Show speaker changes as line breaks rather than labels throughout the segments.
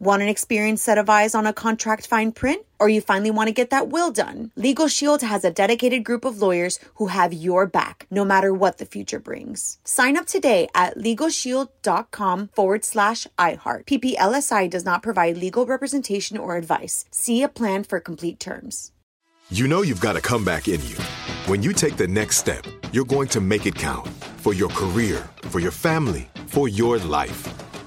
Want an experienced set of eyes on a contract fine print? Or you finally want to get that will done? Legal Shield has a dedicated group of lawyers who have your back, no matter what the future brings. Sign up today at LegalShield.com forward slash iHeart. PPLSI does not provide legal representation or advice. See a plan for complete terms.
You know you've got a comeback in you. When you take the next step, you're going to make it count for your career, for your family, for your life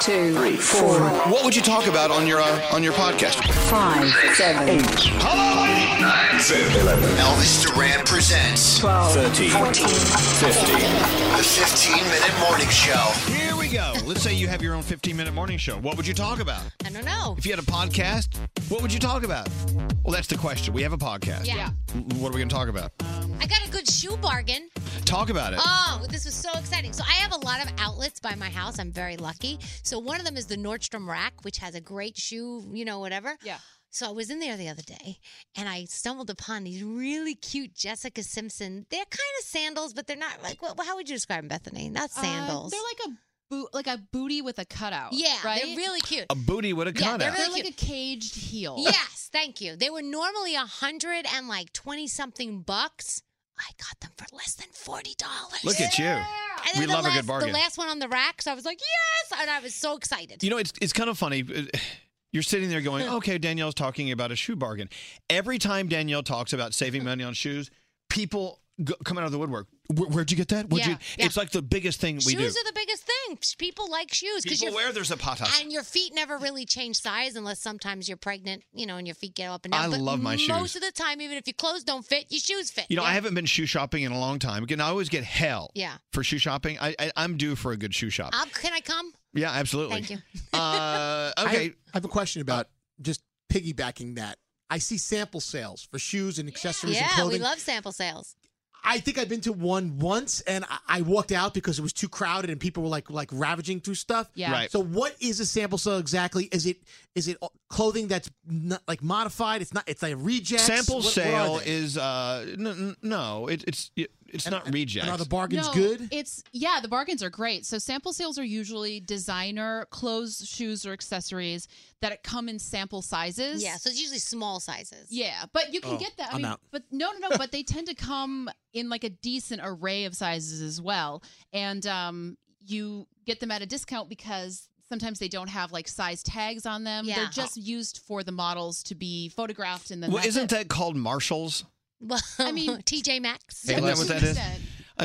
two, three, four,
What would you talk about on your uh, on your podcast?
five, seven, eight,
Nine, seven, eleven. Elvis Duran presents
12, 14,
15. the 15 minute morning show.
Here we go. Let's say you have your own 15 minute morning show. What would you talk about?
I don't know.
If you had a podcast, what would you talk about? Well, that's the question. We have a podcast.
Yeah.
W- What are we going to talk about?
I got a good shoe bargain.
Talk about it.
Oh, this was so exciting. So I have a lot of outlets by my house. I'm very lucky. So one of them is the Nordstrom Rack, which has a great shoe, you know, whatever. Yeah. So I was in there the other day and I stumbled upon these really cute Jessica Simpson. They're kind of sandals, but they're not like, well, how would you describe them, Bethany? Not
Uh,
sandals.
they're like a boot, like a booty with a cutout.
yeah,
right.
they're really cute.
a booty with a
Yeah,
cutout.
they're
They're
really
like a
cute.
caged heel.
Yes, thank you. They were normally a hundred and like twenty something bucks. I got them for less than forty dollars.
Look at you.
And then
We
the
love a
last,
good bargain.
The last one on the rack, so I was like, yes, and I was so excited.
You know, it's it's kind of funny. uh, You're sitting there going, "Okay, Danielle's talking about a shoe bargain." Every time Danielle talks about saving money on shoes, people go, come out of the woodwork. Where, where'd you get that? Where'd you?
Yeah, yeah.
It's like the biggest thing we
shoes
do.
are the biggest thing. People like shoes
People
your-
wear their zapatas.
and your feet never really change size unless sometimes you're pregnant, you know, and your feet get up and down.
I
but
love my shoes.
Most of the time, even if your clothes don't fit, your shoes fit.
You know,
Yeah.
I haven't been shoe shopping in a long time. Again, I always get hell
Yeah.
for shoe shopping. I, I I'm due for a good shoe shop.
I'll- can I come?
yeah, absolutely.
Thank you.
Uh, okay,
I have a question about just piggybacking that. I see sample sales for shoes and accessories and
Yeah,
clothing.
we love sample sales.
I think I've been to one once, and I, I walked out because it was too crowded and people were like like ravaging through stuff.
Yeah.
Right.
So what is a sample sale exactly? Is it is it clothing that's not, like modified? It's not. It's like rejects.
sample
What- what are
sale
they?
is uh n- n- no, it, it's it, it's not rejects.
And are the bargains
No,
good?
It's yeah, the bargains are great. So sample sales are usually designer clothes, shoes, or accessories that come in sample sizes.
Yeah, so it's usually small sizes.
Yeah, but you can
Oh,
get that. I
I'm
mean,
out.
but no, no, no. but they tend to come in like a decent array of sizes as well, and um, you get them at a discount because sometimes they don't have like size tags on them.
Yeah.
They're just used for the models to be photographed and then
Well,
that's
isn't
it.
that called Marshalls?
Well, I mean, TJ Maxx.
Isn't that what that is? I-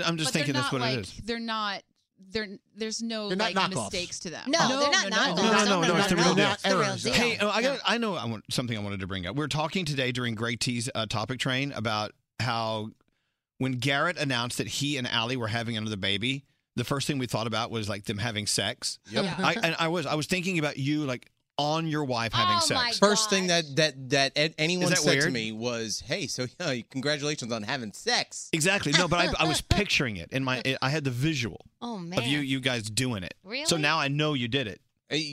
I'm
But they're
just thinking
not,
that's what
like,
it is.
They're not. They're, there's no
They're not
like
knockoffs.
mistakes to them.
No, they're not knockoffs.
No, no, no, no, it's the real deal.
Not The real errors, yeah. deal.
Hey, oh, I got. I know. I want something I wanted to bring up. We were talking today during Great T's uh, topic train about how when Garrett announced that he and Allie were having another baby, the first thing we thought about was like them having sex.
Yep. Yeah.
I, and I was I was thinking about you like on your wife having sex.
First thing that that that ed- anyone
that
said to
weird?
me was, "Hey, so yeah, congratulations on having sex."
Exactly. No, but I, I was picturing it in my. I had the visual
Oh man.
of you you guys doing it. So
Really?
now I know you did it.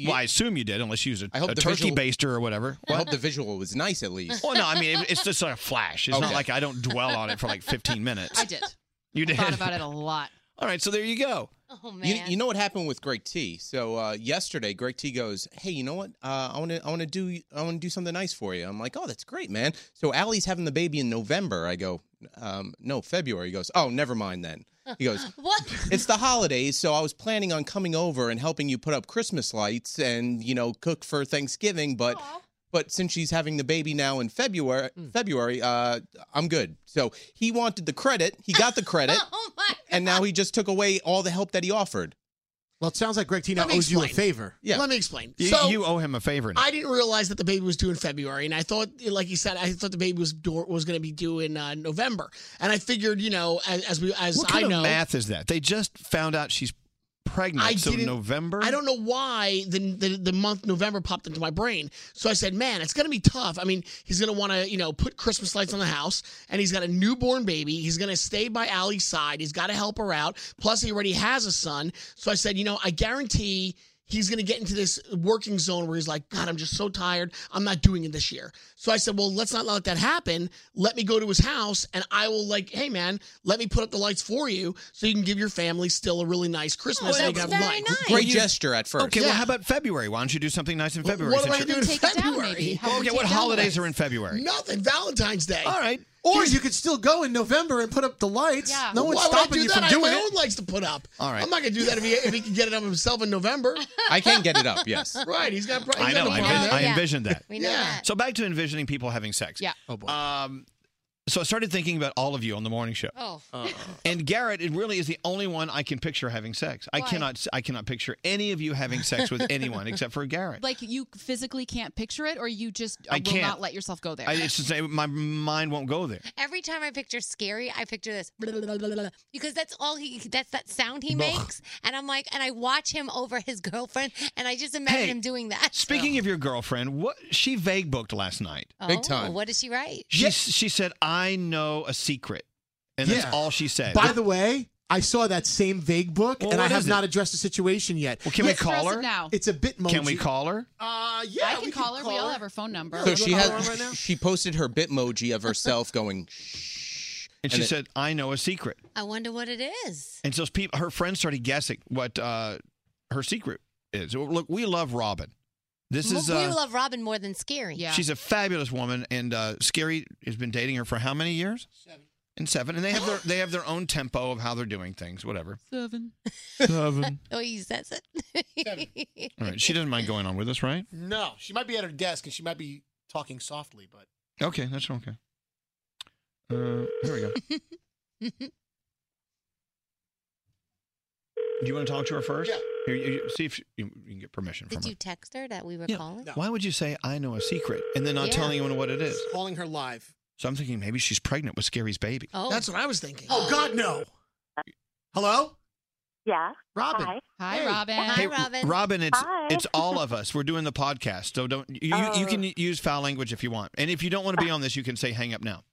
well, I assume you did, unless you used a,
Uh, hope
a
the
turkey
visual-
baster or whatever.
I hope the visual was nice at least.
Well, no, I mean it, it's just like a flash. It's not
Okay.
like I don't dwell on it for like 15 minutes.
I did.
You did.
Thought about it a lot.
All right, so there you go.
Oh
You, you know what happened with Greg T? So uh, yesterday, Greg T goes, "Hey, you know what? Uh, I want to, I want to do, I want to do something nice for you." I'm like, "Oh, that's great, man." So Allie's having the baby in November. I go, um, "No, February." He goes, "Oh, never mind then." He goes,
What?
"It's the holidays, so I was planning on coming over and helping you put up Christmas lights and you know cook for Thanksgiving, but." But since she's having the baby now in February, February, uh, I'm good. So he wanted the credit. He got the credit. And now he just took away all the help that he offered.
Well, it sounds like Greg T now
Let me
owes you a
explain.
favor.
Yeah.
Let me explain.
You,
so
you owe him a favor. Now.
I didn't realize that the baby was due in February, and I thought, like you said, I thought the baby was due- was going to be due in uh, November, and I figured, you know, as, as we as
what kind
I know,
of math is that? They just found out she's pregnant.
I
so
didn't-
November.
I don't know why the, the the month November popped into my brain. So I said, man, it's gonna be tough. I mean, he's gonna want to you know put Christmas lights on the house, and he's got a newborn baby. He's gonna stay by Allie's side. He's got to help her out. Plus, he already has a son. So I said, you know, I guarantee. He's going to get into this working zone where he's like, God, I'm just so tired. I'm not doing it this year. So I said, Well, let's not let that happen. Let me go to his house and I will, like, hey, man, let me put up the lights for you so you can give your family still a really nice Christmas. and you can have lights.
Great gesture at first.
Okay, well,
Yeah.
how about February? Why don't you do something nice in February?
what do
since
I
you're-
do in Take it down, February? maybe. Have
Well,
them
okay,
take
what
down
holidays
lights.
are in February?
Nothing. Oh, Valentine's Day.
All right.
Or you could still go in November and put up the lights. No one's
Why would I
stopping
do
you
that?
from
I have
doing
my
it.
own lights to put up.
All right.
I'm not going to do that if he, if he can get it up himself in November.
I can get it up, yes.
Right. He's got. He's
I
got
know.
no
I,
problem.
envis- I envisioned that.
We know Yeah. that.
So back to envisioning people having sex.
Yeah.
Oh boy. Um, so I started thinking about all of you on the morning show.
Oh.
And Garrett, it really is the only one I can picture having sex. I
Why?
cannot. I cannot picture any of you having sex with anyone except for Garrett.
Like you physically can't picture it, or you just uh,
I
will
can't.
not let yourself go there.
I, it's just my mind won't go there.
Every time I picture scary, I picture this because that's all he that's that sound he
Ugh.
makes, and I'm like, and I watch him over his girlfriend, and I just imagine
Hey,
him doing that.
Speaking of your girlfriend, what she vague booked last night.
Oh, What did she write?
She she said, "I know a secret," and
Yeah.
that's all she said.
By the way, I saw that same vague book,
Well,
and I
what
have
is it?
not addressed the situation yet. Well,
can we Let's call address her? it
now.
It's a bit.
Can we call her?
Uh, yeah,
I can call her. We all have her phone number.
So she has she posted her Bitmoji of herself going shh,
And she said, "I know a secret."
I wonder what it is.
And so people, her friends started guessing what uh, her secret is. Look, we love Robin. This is
we
uh,
love Robin more than scary. Yeah,
she's a fabulous woman, and uh, Scary has been dating her for how many years? Seven. And seven, and they have their they have their own tempo of how they're doing things. Whatever.
seven.
Seven.
Oh, he says it.
All right, she doesn't mind going on with us, right?
No, she might be at her desk, and she might be talking softly, but
Okay, that's okay. Uh, here we go. Do you want to talk to her first? Yeah. Here, you, you- see if she- you, you can get permission from
Did
her.
you text her that we were calling?
Why would you say I know a secret and then not
Yeah.
tell anyone what it is?
calling her live.
So I'm thinking maybe she's pregnant with Scary's baby.
Oh,
that's what I was thinking.
Oh God, no. Hello.
Yeah.
Robin.
Hi.
Hi, Robin. Hi,
Hey, Robin, it's
Hi.
it's all of us. We're doing the podcast, so don't you, you, you can use foul language if you want, and if you don't want to be on this, you can say hang up now.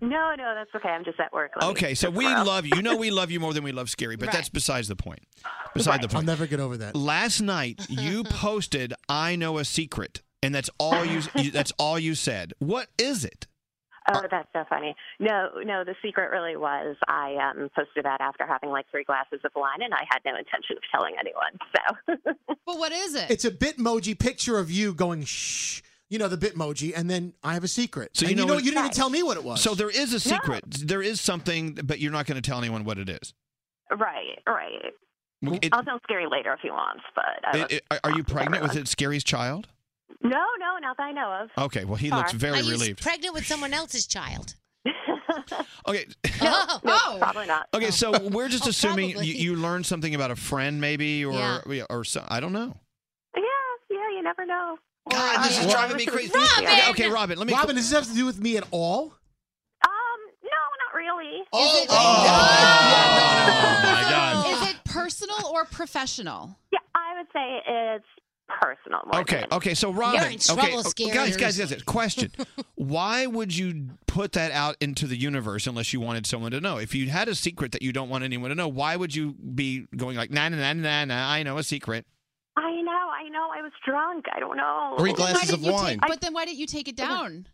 No, no, that's okay. I'm just at work. Let me
okay, so
just
we
tomorrow.
love you. You know we love you more than we love Scary, but
Right.
that's besides the point. Beside the
I'll
point.
never get over that.
Last night you posted "I know a secret," and that's all you that's all you said. What is it?
Oh, that's so funny. No, no, the secret really was I um, posted that after having like three glasses of wine, and I had no intention of telling anyone. So
But what is it?
It's a Bitmoji picture of you going shh. You know the Bitmoji, and then I have a secret.
So you
And
know
you know
what-
you didn't even tell me what it was.
So there is a secret. There is something, but you're not going to tell anyone what it is.
right, right.
It-
I'll tell scary later if he wants, but I
it- it- are you pregnant with it, Scary's child?
no, no, not that I know of.
Okay, well, he looks very
Are you
relieved.
pregnant with someone else's child?
okay.
oh.
probably not.
Okay, so we're just
Oh,
assuming you,
probably.
you learned something about a friend, maybe, or
Yeah.
or so, I don't know.
Yeah, yeah, you never know.
God, this is driving me crazy. Okay, okay, Robin, let me.
Robin, does this have to do with me at all?
Not really.
Oh,
my God.
Is it personal or professional?
Yeah, I would say it's personal. More
Okay,
than-
okay, so Robin.
You're in trouble,
okay,
Scary.
guys, guys, guys, guys, question. Why would you put that out into the universe unless you wanted someone to know? If you had a secret that you don't want anyone to know, why would you be going like, nah, nah, nah, nah, nah, I know a secret?
I know, I know. I was drunk. I don't know.
Three glasses
Why
of
didn't you
wine.
Take, but then why didn't you take it down?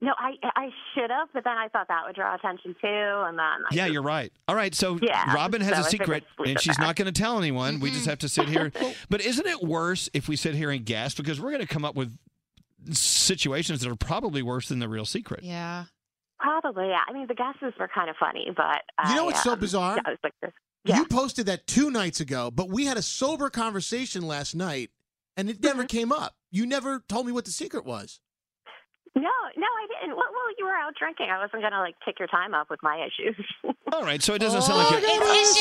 No, I I should have, but then I thought that would draw attention too, and then
Yeah, you're right. All right, so
Yeah,
Robin has
so
a
I figured
secret,
we'd leave
and
it
she's
there.
not going to tell anyone. We
Mm-hmm.
just have to sit here. but isn't it worse if we sit here and guess because we're going to come up with situations that are probably worse than the real secret?
Yeah.
probably. Yeah. I mean, the guesses were kind of funny, but
You know
I,
what's so
um,
bizarre?
yeah, I was like, this-
You posted that two nights ago, but we had a sober conversation last night, and it never came up. You never told me what the secret was.
no, no, I didn't. Well, well, you were out drinking. I wasn't gonna like take your time up with my issues.
All right, so it doesn't sound like
Oh,
it-
it's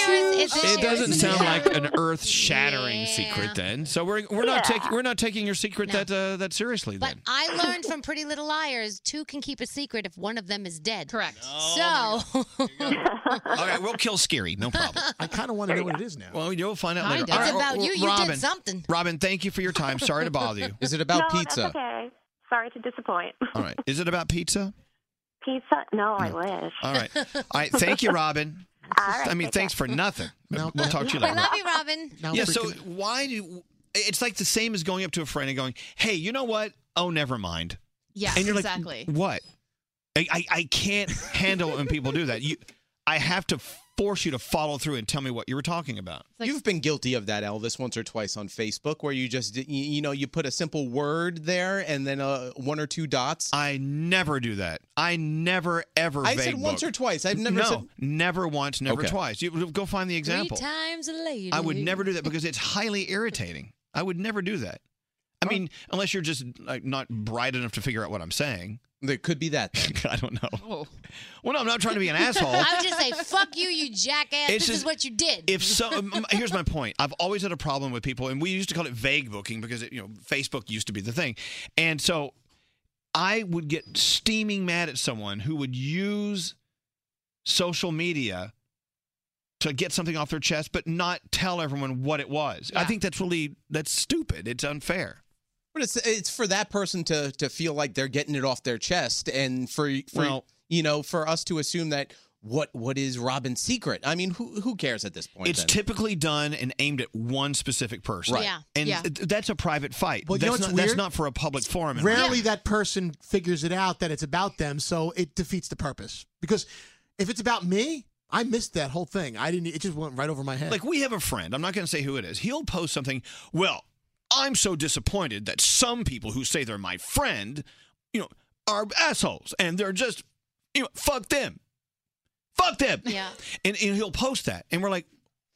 issues, it's
it doesn't
issues.
sound
Yeah.
like an earth-shattering secret. Then, so we're we're not
Yeah.
taking we're not taking your secret that uh, that seriously.
But
then,
I learned from Pretty Little Liars, two can keep a secret if one of them is dead.
Correct.
so
all right, we'll kill Scary, no problem.
I kind of want to know what it is now.
Well, you'll find out
Hi,
later.
Dad.
All
It's about you. You did
Robin,
something.
Robin, thank you for your time. Sorry to bother you. Is it
no, That's okay. Sorry to disappoint.
All right, is it about pizza?
Pizza? No, I wish.
All right, all right. Thank you, Robin. I mean, thanks for nothing. we'll talk to you
we
later.
love you, Robin.
yeah, so why do it's like the same as going up to a friend and going, "Hey, you know what? Oh, never mind."
Yes,
and you're
exactly.
Like, what? I, I I can't handle it when people do that. You, I have to force you to follow through and tell me what you were talking about.
You've been guilty of that, Elvis, once or twice on Facebook, where you just, did- you you know, you put a simple word there and then uh, one or two dots.
I never do that. I never ever.
I said
vague
once
book.
or twice. I've never
no,
said-
never once, never
Okay.
twice. You go find the example.
Three times a lady.
I would never do that because it's highly irritating. I would never do that. I mean, unless you're just like not bright enough to figure out what I'm saying.
There could be that.
I don't know.
Oh.
Well, no, I'm not trying to be an asshole.
I would just say, "Fuck you, you jackass.
It's
this is
just-
what you did."
If so, um, um, here's my point. I've always had a problem with people, and we used to call it vague booking because it, you know Facebook used to be the thing, and so I would get steaming mad at someone who would use social media to get something off their chest, but not tell everyone what it was. I think that's really that's stupid. It's unfair.
But it's it's for that person to to feel like they're getting it off their chest, and for, for
Well-
you know, for us to assume that what what is Robin's secret? I mean, who who cares at this point?
It's
then?
typically done and aimed at one specific person.
Right. Yeah.
And
Yeah.
th- that's a private fight.
Well, you
that's,
know what's
not, that's
weird?
not for a public forum. in my
Rarely that person figures it out that it's about them, so it defeats the purpose. Because if it's about me, I missed that whole thing. I didn't. It just went right over my head.
Like we have a friend. I'm not going to say who it is. He'll post something. Well, I'm so disappointed that some people who say they're my friend, you know, are assholes and they're just, you know, fuck them, fuck them.
Yeah.
And and he'll post that, and we're like,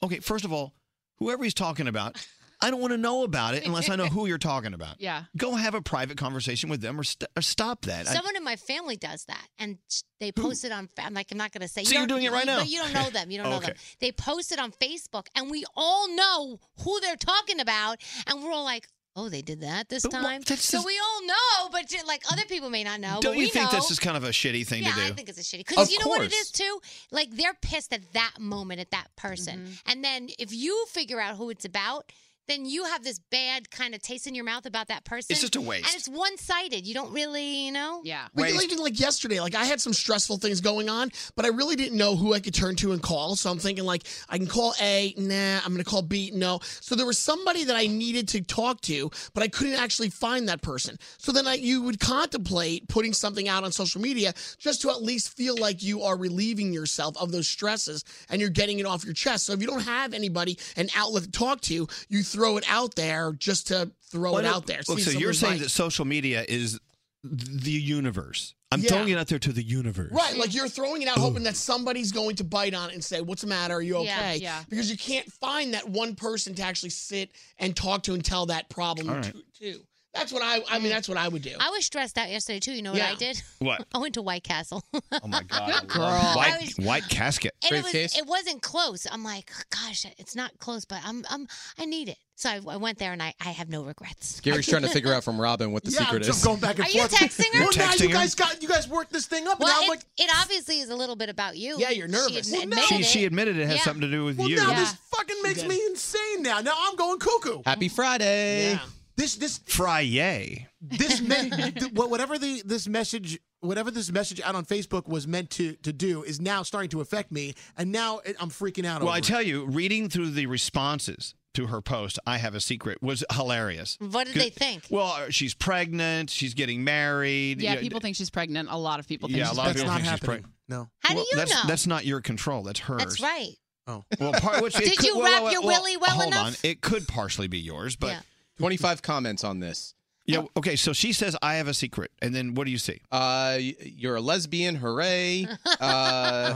okay, first of all, whoever he's talking about, I don't want to know about it unless I know who you're talking about.
Yeah.
Go have a private conversation with them or, st- or stop that. I-
Someone in my family does that, and they post it on. fa- I'm like, I'm not going to say.
So you're
don't-
doing it right now?
But you don't know them. You don't know them.
Okay.
They post it on Facebook, and we all know who they're talking about, and we're all like, "Oh, they did that this time." so we all know, but ju- like other people may not know.
don't
but
you
we
think
know.
this is kind of a shitty thing
yeah,
to do?
I think it's a shitty.
Of
Because you know what it
course.
is too. Like they're pissed at that moment at that person, and then if you figure out who it's about, then you have this bad kind of taste in your mouth about that person.
just a waste.
and it's one sided. You don't really, you know.
Yeah.
But you know, even like yesterday, like I had some stressful things going on, but I really didn't know who I could turn to and call. So I'm thinking like I can call A, nah, I'm gonna call B, no. So there was somebody that I needed to talk to, but I couldn't actually find that person. So then I, you would contemplate putting something out on social media just to at least feel like you are relieving yourself of those stresses and you're getting it off your chest. So if you don't have anybody an outlet to talk to, you throw it out there just to throw
Why
it
don't-
Oh, out there.
Look,
See
so
if
you're
somebody
saying
bites.
that social media is the universe.
I'm
Yeah.
throwing it out there to the universe.
Right, like you're throwing it out hoping that somebody's going to bite on it and say, "What's the matter? Are you okay?"
Yeah, yeah.
Because you can't find that one person to actually sit and talk to and tell that problem
All right.
to, to. That's what I. I mean, that's what I would do.
I was stressed out yesterday too. You know what
Yeah.
I did?
What?
I went to White Castle.
Oh my God.
Girl. I
White,
was-
white casket.
And it, was, it wasn't close. I'm like, gosh, it's not close, but I'm, I'm, I need it. So I, I went there, and I, I have no regrets.
Gary's trying to figure out from Robin what the
Yeah,
secret
I'm just
is.
going back and
Are you
forth.
texting her?
Well,
You're
now
texting
you
her?
guys got you guys worked this thing up. and
Well,
now I'm
it,
like,
it obviously is a little bit about you.
Yeah, you're nervous.
She
Well,
ad-
no.
admitted
She, she
it.
admitted it has
Yeah.
something to do with
well,
you.
now this fucking makes me insane. Now, now I'm going cuckoo.
Happy Friday.
This this
Fry yay.
this me- th- wha- whatever the this message whatever this message out on Facebook was meant to to do is now starting to affect me, and now it, I'm freaking out.
Well,
over
I
it.
tell you, reading through the responses to her post, I have a secret, was hilarious.
What did they think?
Well, uh, she's pregnant, she's getting married.
Yeah,
you know,
people think she's pregnant. A lot of people think
Yeah, a
she's
lot of
pregnant.
people think she's pregnant.
No.
How do you
that's,
know?
That's not your control. That's hers.
That's right.
Oh.
Well, part, which it
Did
could-
you
well,
wrap
well,
your
well,
willy well
hold
enough?
on. It could partially be yours, but
Yeah.
25 comments on this.
Yeah. Okay. So she says, I have a secret. And then what do you see?
Uh, y- you're a lesbian. Hooray. Uh,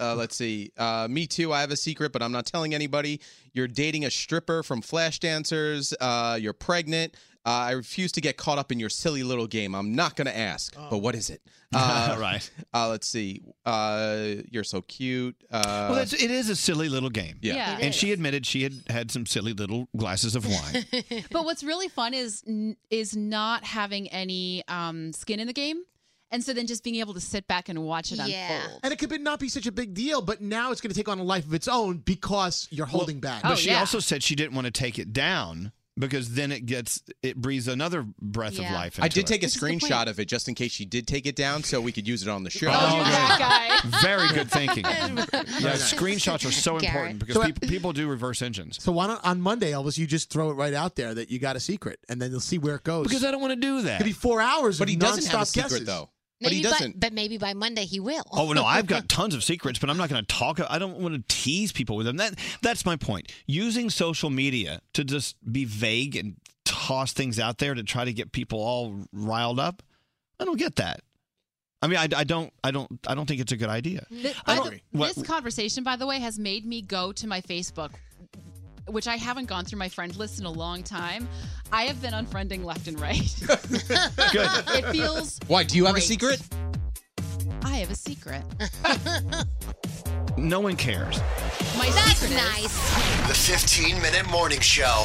uh, let's see. Uh, me too. I have a secret, but I'm not telling anybody. You're dating a stripper from Flashdancers. Uh, you're pregnant. Uh, I refuse to get caught up in your silly little game. I'm not going to ask, but what is it? Uh,
Oh. right.
Uh, let's see. Uh, you're so cute. Uh,
well, it's, it is a silly little game.
Yeah. Yeah, it
and
is.
she admitted she had had some silly little glasses of wine.
but what's really fun is n- is not having any um, skin in the game, and so then just being able to sit back and watch it unfold.
And it could be not be such a big deal, but now it's going to take on a life of its own because you're holding back.
But
Oh,
she also said she didn't want to take it down because then it gets it breathes another breath of life. Into
I did take a
it.
screenshot of it just in case she did take it down so we could use it on the show.
Oh, good. Very good thinking. yeah,
nice.
screenshots are so
Garrett.
important because
So, uh,
people, people do reverse engines.
So why not on Monday, Elvis? You just throw it right out there that you got a secret, and then you'll see where it goes.
Because I don't want to do that.
It could be four hours.
But
of
he doesn't have a
nonstop
secret,
guesses.
though.
Maybe But, maybe by Monday he will.
Oh no, I've got tons of secrets, but I'm not going to talk. I don't want to tease people with them. That that's my point. Using social media to just be vague and toss things out there to try to get people all riled up. I don't get that. I mean, I, I don't, I don't, I don't think it's a good idea.
Th- by
I don't-
the-
what-
this conversation, by the way, has made me go to my Facebook, which I haven't gone through my friend list in a long time. I have been unfriending left and right.
Good.
It feels.
Why? Do you have a secret?
I have a secret.
No one cares.
My That's nice.
The 15 minute morning show.